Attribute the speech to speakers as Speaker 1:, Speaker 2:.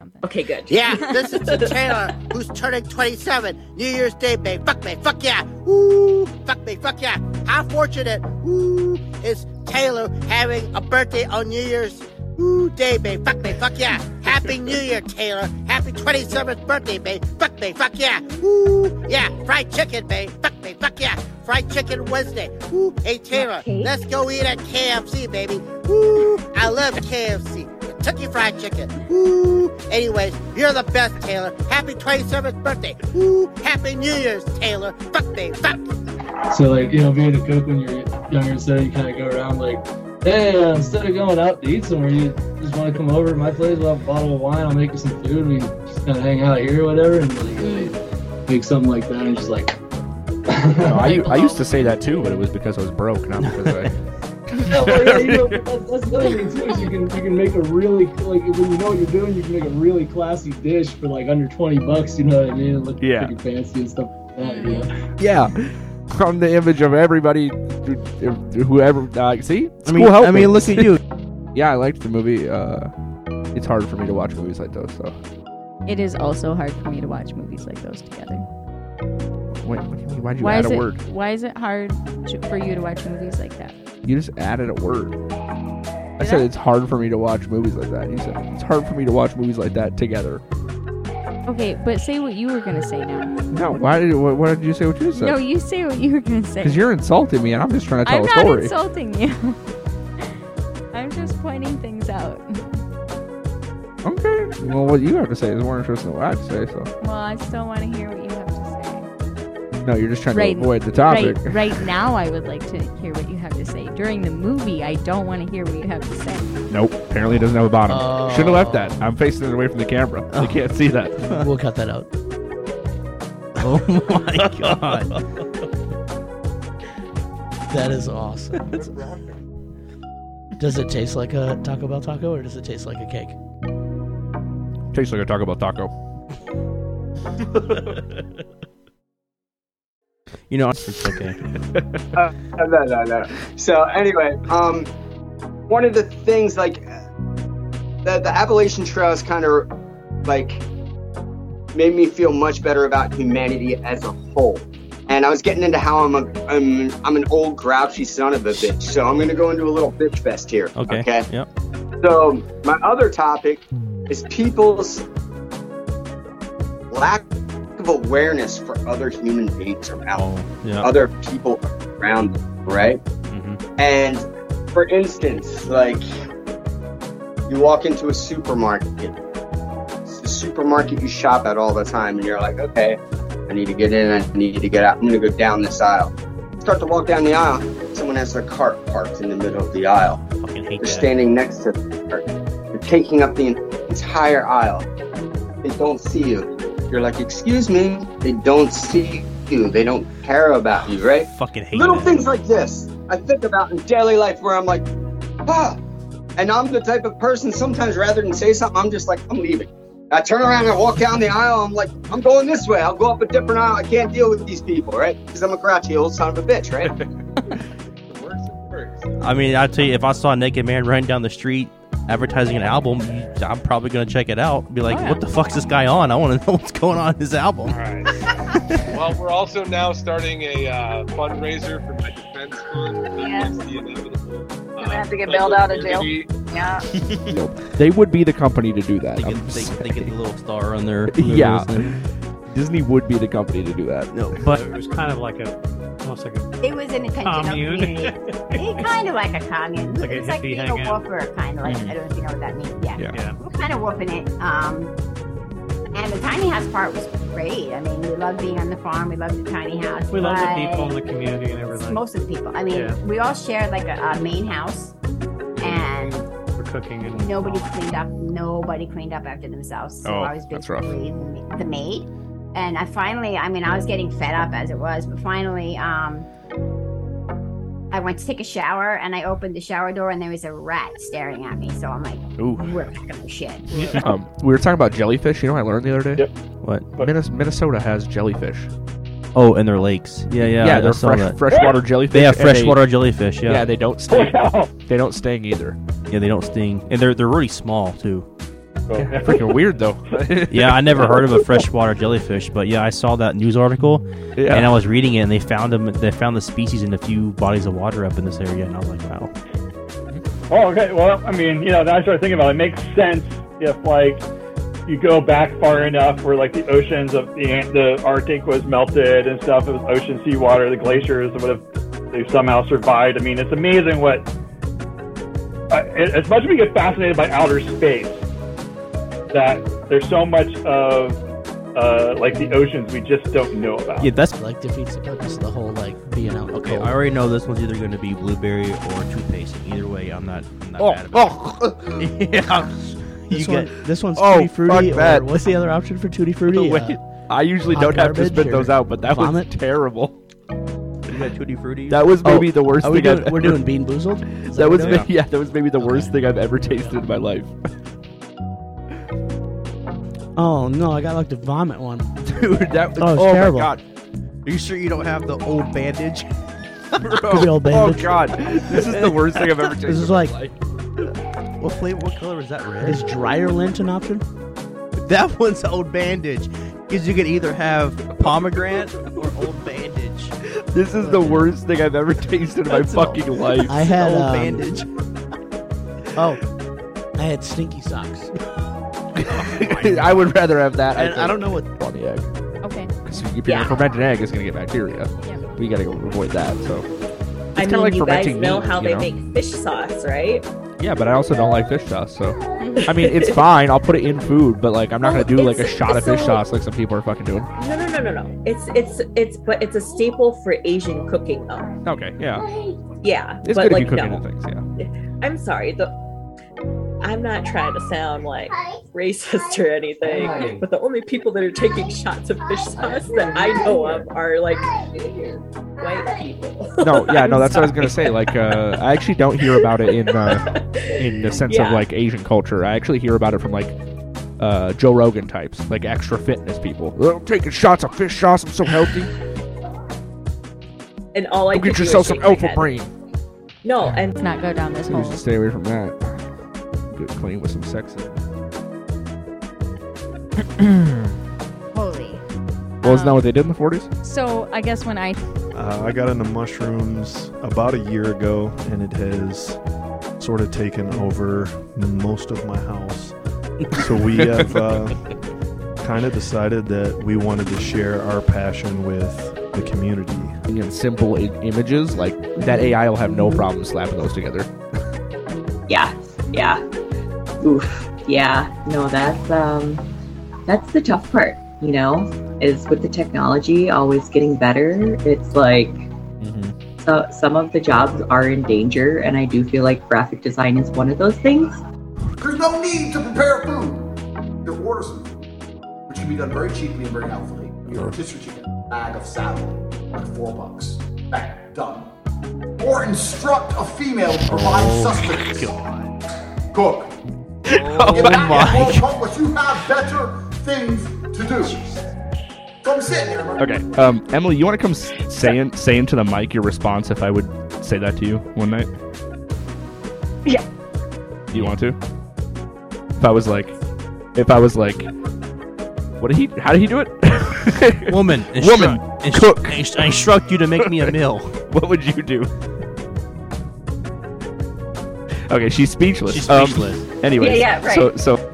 Speaker 1: something.
Speaker 2: Okay, good.
Speaker 3: Yeah, this is the Taylor who's turning 27. New Year's Day, babe. Fuck me, fuck yeah. Woo, fuck me, fuck yeah. How fortunate, woo, is Taylor having a birthday on New Year's woo, Day, babe. Fuck me, fuck yeah. Happy New Year, Taylor. Happy 27th birthday, babe. Fuck me, fuck yeah. Woo, yeah. Fried chicken, babe. Fuck me, fuck yeah. Fried chicken Wednesday. Woo, hey, Taylor,
Speaker 2: cake?
Speaker 3: let's go eat at KFC, baby. Woo, I love KFC. Kentucky Fried Chicken. Woo! Anyways, you're the best, Taylor. Happy 27th birthday. Woo! Happy New Year's, Taylor. Fuck me, fuck.
Speaker 4: So like, you know, being a cook when you're younger and stuff, you kind of go around like, hey, uh, instead of going out to eat somewhere, you just want to come over to my place. We'll have a bottle of wine. I'll make you some food. We can just kind of hang out here or whatever, and like, uh, make something like that. And just like,
Speaker 5: No, Oh, I, u- I used to say that too, but it was because I was broke, not because I.
Speaker 4: No, well, yeah, you know, that's, that's another thing too. Is you can you can make a really like when you know what you're doing, you can make a really classy dish for like under twenty bucks. You know what I mean? It looks
Speaker 5: Yeah.
Speaker 4: pretty fancy and stuff. Like that, you know?
Speaker 5: Yeah, from the image of everybody, whoever. Uh, see,
Speaker 6: I mean, I mean, look at you.
Speaker 5: yeah, I liked the movie. Uh, it's hard for me to watch movies like those, though.
Speaker 1: It is also hard for me to watch movies like those together.
Speaker 5: Wait, what do you mean? Why'd you
Speaker 1: why
Speaker 5: add
Speaker 1: is
Speaker 5: a
Speaker 1: it
Speaker 5: word?
Speaker 1: why is it hard to, for you to watch movies like that?
Speaker 5: You just added a word. I
Speaker 1: Did
Speaker 5: said
Speaker 1: I?
Speaker 5: it's hard for me to watch movies like that. You said it's hard for me to watch movies like that together.
Speaker 1: Okay, but say what you were gonna say now.
Speaker 5: No, why did why, why did you say what you
Speaker 1: no,
Speaker 5: said?
Speaker 1: you say what you were gonna say.
Speaker 5: Because you're insulting me, and I'm just trying to tell
Speaker 1: I'm
Speaker 5: a
Speaker 1: not
Speaker 5: story.
Speaker 1: insulting you. I'm just pointing things out.
Speaker 5: okay. Well, what you have to say is more interesting than what I have to say. So
Speaker 1: Well, I still want to hear what you have to say.
Speaker 5: no, you're just trying
Speaker 1: Right.
Speaker 5: to avoid the topic.
Speaker 1: Right, right now, I would like to hear what you have to say. During the movie, I don't want to hear what you have to say.
Speaker 5: Nope. Apparently, it doesn't have a bottom.
Speaker 6: Oh.
Speaker 5: Should have left that. I'm facing it away from the camera. You can't see that.
Speaker 6: we'll cut that out. Oh my god. that is awesome. Does it taste like a Taco Bell taco or does it taste like a cake?
Speaker 5: Tastes like a Taco Bell taco.
Speaker 6: You know, it's okay.
Speaker 7: Uh, no, no, no. So anyway, um, one of the things like the the Appalachian Trail is kind of like made me feel much better about humanity as a whole. And I was getting into how I'm a I'm I'm an old grouchy son of a bitch. So I'm gonna go into a little bitch fest here.
Speaker 6: Okay.
Speaker 7: Okay.
Speaker 6: Yep.
Speaker 7: So my other topic is people's lack of awareness for other human beings around
Speaker 6: Oh, yeah.
Speaker 7: other people around them, right?
Speaker 6: Mhm.
Speaker 7: And for instance, like you walk into a supermarket, it's the supermarket you shop at all the time, and you're like, okay, I need to get in, I need to get out, I'm gonna go down this aisle. Start to walk down the aisle, someone has their cart parked in the middle of the aisle.
Speaker 6: Fucking hate
Speaker 7: They're
Speaker 6: that.
Speaker 7: standing next to the cart, they're taking up the entire aisle. They don't see you. You're like, excuse me, they don't see you, they don't care about you, right?
Speaker 6: Fucking hate
Speaker 7: little
Speaker 6: that.
Speaker 7: things like this I think about in daily life where I'm like, ah, and I'm the type of person sometimes rather than say something, I'm just like, I'm leaving. I turn around and I walk down the aisle. I'm like, I'm going this way. I'll go up a different aisle. I can't deal with these people, right? Because I'm a grouchy old son of a bitch, right? The worst of worst.
Speaker 6: I mean, I tell you, if I saw a naked man running down the street advertising an album, I'm probably gonna check it out. and Be like,
Speaker 1: Oh, yeah.
Speaker 6: what the fuck's this guy on? I want to know what's going on in his album.
Speaker 8: All right. well, we're also now starting a uh, fundraiser for my defense fund.
Speaker 9: Yes.
Speaker 8: That's the inevitable. Gonna
Speaker 9: have to get bailed out of jail. Yeah.
Speaker 5: They would be the company to do that.
Speaker 6: They
Speaker 5: I'm
Speaker 6: get, they,
Speaker 5: saying.
Speaker 6: they get the little star on their
Speaker 5: Yeah.
Speaker 6: their-
Speaker 5: Disney would be the company to do that.
Speaker 6: No,
Speaker 8: But
Speaker 6: but
Speaker 8: it was kind of like a, almost like a
Speaker 10: It was an intentional
Speaker 8: commune.
Speaker 10: community. It kind of like a commune.
Speaker 8: Like a
Speaker 10: it's like
Speaker 8: hippie
Speaker 10: being a
Speaker 8: hangout. Mm-hmm.
Speaker 10: whooper, kind of like I don't know if you know what that means. Yeah,
Speaker 5: Yeah.
Speaker 8: Yeah.
Speaker 10: we're kind of whooping it. Um, and the tiny house part was great. I mean, we loved being on the farm. We loved the tiny house.
Speaker 8: We love the
Speaker 10: but
Speaker 8: people and the community and everything.
Speaker 10: Most of the people. I mean,
Speaker 8: Yeah.
Speaker 10: we all shared like a, a main house, and
Speaker 8: for cooking and
Speaker 10: nobody cleaned up. Nobody cleaned up after themselves. So
Speaker 5: Oh,
Speaker 10: I was
Speaker 5: that's rough.
Speaker 10: basically the the maid. And I finally, I mean, I was getting fed up as it was, but finally, um, I went to take a shower and I opened the shower door and there was a rat staring at me. So I'm like,
Speaker 5: Ooh.
Speaker 10: we're not gonna shit.
Speaker 5: Um, we were talking about jellyfish. You know, what I learned the other day.
Speaker 6: what?
Speaker 5: Minnes- Minnesota has jellyfish.
Speaker 6: Oh, and their lakes. Yeah, yeah. I
Speaker 5: they're
Speaker 6: saw
Speaker 5: fresh,
Speaker 6: that.
Speaker 5: freshwater jellyfish.
Speaker 6: They have
Speaker 5: and
Speaker 6: freshwater jellyfish.
Speaker 5: Yeah.
Speaker 6: Yeah.
Speaker 5: they don't sting. they don't sting either.
Speaker 6: yeah, they don't sting, and they're they're really small too.
Speaker 5: Yeah, freaking weird though.
Speaker 2: yeah, I never heard of a freshwater jellyfish, but yeah, I saw that news article,
Speaker 5: Yeah.
Speaker 2: and I was reading it, and they found them. They found the species in a few bodies of water up in this area, and I was like, wow.
Speaker 11: Oh, okay. Well, I mean, you know, now I started thinking about it. It makes sense if, like, you go back far enough where, like, the oceans of the, Ant- the Arctic was melted and stuff. It was ocean seawater. The glaciers would have, they somehow survived. I mean, it's amazing what, uh, as much as we get fascinated by outer space, that there's so much of, uh, like, the oceans we just don't know about.
Speaker 2: Yeah, that's
Speaker 6: like defeats the purpose of the whole like being out. in the
Speaker 2: Okay,
Speaker 6: cold.
Speaker 2: I already know this one's either going to be blueberry or toothpaste. and Either way, I'm not. I'm not
Speaker 5: Oh,
Speaker 2: mad about
Speaker 5: oh,
Speaker 2: it. yeah.
Speaker 6: This
Speaker 2: you
Speaker 6: one,
Speaker 2: get
Speaker 6: this one's
Speaker 5: Oh,
Speaker 6: tutti
Speaker 5: fuck
Speaker 6: frutti. Or
Speaker 5: that.
Speaker 6: what's the other option for tutti frutti?
Speaker 5: Wait,
Speaker 6: Uh,
Speaker 5: I usually
Speaker 6: hot
Speaker 5: don't have to
Speaker 6: garbage
Speaker 5: spit those
Speaker 6: or
Speaker 5: out, but that
Speaker 6: vomit?
Speaker 5: was terrible. Oh,
Speaker 2: you got tutti frutti.
Speaker 5: That was maybe the worst
Speaker 6: are we
Speaker 5: thing
Speaker 6: doing,
Speaker 5: I've
Speaker 6: we're
Speaker 5: ever-
Speaker 6: doing bean boozled. Is
Speaker 5: That
Speaker 6: what
Speaker 5: was
Speaker 6: we're
Speaker 5: maybe,
Speaker 6: doing?
Speaker 5: yeah, that was maybe the worst thing I've ever tasted in my life.
Speaker 6: Oh no, I got like the vomit one.
Speaker 5: Dude, that was
Speaker 6: Oh, it's terrible.
Speaker 5: my god.
Speaker 2: Are you sure you don't have the old bandage?
Speaker 5: Bro,
Speaker 6: Good old
Speaker 5: oh
Speaker 6: bandage.
Speaker 5: god. This is the worst thing I've ever tasted.
Speaker 6: This is
Speaker 5: in my
Speaker 6: like
Speaker 5: life.
Speaker 2: What flavor? What color is that? Red.
Speaker 6: is dryer lint an option?
Speaker 2: that one's old bandage, because you could either have pomegranate or old bandage.
Speaker 5: This is the worst thing I've ever tasted in my
Speaker 2: That's an old-
Speaker 5: fucking life.
Speaker 6: I had
Speaker 2: old
Speaker 6: um,
Speaker 2: bandage.
Speaker 6: Oh, I had stinky socks.
Speaker 5: I would rather have that.
Speaker 2: And I
Speaker 5: think.
Speaker 2: don't know what.
Speaker 5: on the egg.
Speaker 1: Okay.
Speaker 5: So if you
Speaker 10: Yeah.
Speaker 5: ferment an egg, it's gonna get bacteria.
Speaker 1: Yeah.
Speaker 5: We gotta go avoid that. So
Speaker 12: I
Speaker 5: kinda
Speaker 12: mean,
Speaker 5: like
Speaker 12: you guys
Speaker 5: fermenting
Speaker 12: know
Speaker 5: meat,
Speaker 12: how
Speaker 5: you
Speaker 12: they
Speaker 5: know?
Speaker 12: make fish sauce, right?
Speaker 5: yeah, but I also don't like fish sauce. So I mean, it's fine. I'll put it in food, but like I'm not
Speaker 12: Well,
Speaker 5: gonna do like a
Speaker 12: it's-
Speaker 5: shot of
Speaker 12: so-
Speaker 5: fish sauce like some people are fucking doing.
Speaker 12: No, no, no, no, no. It's it's it's but it's a staple for Asian cooking, though.
Speaker 5: Okay, yeah,
Speaker 12: Yeah,
Speaker 5: it's
Speaker 12: but
Speaker 5: good
Speaker 12: like
Speaker 5: if you cook
Speaker 12: no.
Speaker 5: into things. Yeah,
Speaker 12: I'm sorry. The I'm not trying to sound like racist or anything, but the only people that are taking shots of fish sauce that I know of are like white people.
Speaker 5: no, yeah, no.
Speaker 12: I'm
Speaker 5: That's what I was
Speaker 12: sorry.
Speaker 5: gonna say. Like, uh, I actually don't hear about it in uh, in the sense of
Speaker 12: Yeah.
Speaker 5: like Asian culture. I actually hear about it from like uh, Joe Rogan types, like extra fitness people. "Oh, I'm taking shots of fish sauce. I'm so healthy.
Speaker 12: And all I
Speaker 5: Go
Speaker 12: could
Speaker 5: get
Speaker 12: do is
Speaker 5: yourself some
Speaker 12: shake my
Speaker 5: alpha
Speaker 12: head.
Speaker 5: brain.
Speaker 12: No, and
Speaker 1: Let's not go down this
Speaker 5: You
Speaker 1: hole.
Speaker 10: Oh.
Speaker 5: should stay away from that. Get clean with some sex. in it.
Speaker 10: Holy.
Speaker 5: Well, isn't that
Speaker 1: Um,
Speaker 5: what they did in the 40s?
Speaker 1: So I guess when I
Speaker 13: Uh, I got into mushrooms about a year ago, and it has sort of taken over most of my house. So we have uh, kind of decided that we wanted to share our passion with the community.
Speaker 5: And simple I- images, like that AI will have no problem slapping those together.
Speaker 12: yeah, yeah. Oof. Yeah. No, that's um that's the tough part, you know, is with the technology always getting better. It's like so, some of the jobs are in danger and I do feel like graphic design is one of those things.
Speaker 14: There's no need to prepare food. To order some food, which can be done very cheaply and very healthily. You know, rotisserie chicken, bag of salad, like four bucks. Bang, done. Or instruct a female to provide sustenance. Cook. If that
Speaker 5: Oh my
Speaker 14: won't help us, you have better things to do. So I'm sitting there. like,
Speaker 5: Okay, um, Emily, you want to come s- saying saying to the mic your response if I would say that to you one night?
Speaker 12: Yeah.
Speaker 5: Do you want to? If I was like, if I was like, what did he? How did he do it?
Speaker 2: Woman,
Speaker 5: Woman,
Speaker 2: instru-
Speaker 5: cook.
Speaker 2: inst- I instruct you to make me a meal.
Speaker 5: what would you do? Okay, she's speechless.
Speaker 2: She's
Speaker 5: Um,
Speaker 2: speechless.
Speaker 5: anyways,
Speaker 12: Yeah, yeah, right.
Speaker 5: so so